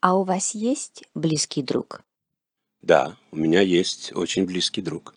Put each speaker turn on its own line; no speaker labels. А у вас есть близкий друг?
Да, у меня есть очень близкий друг.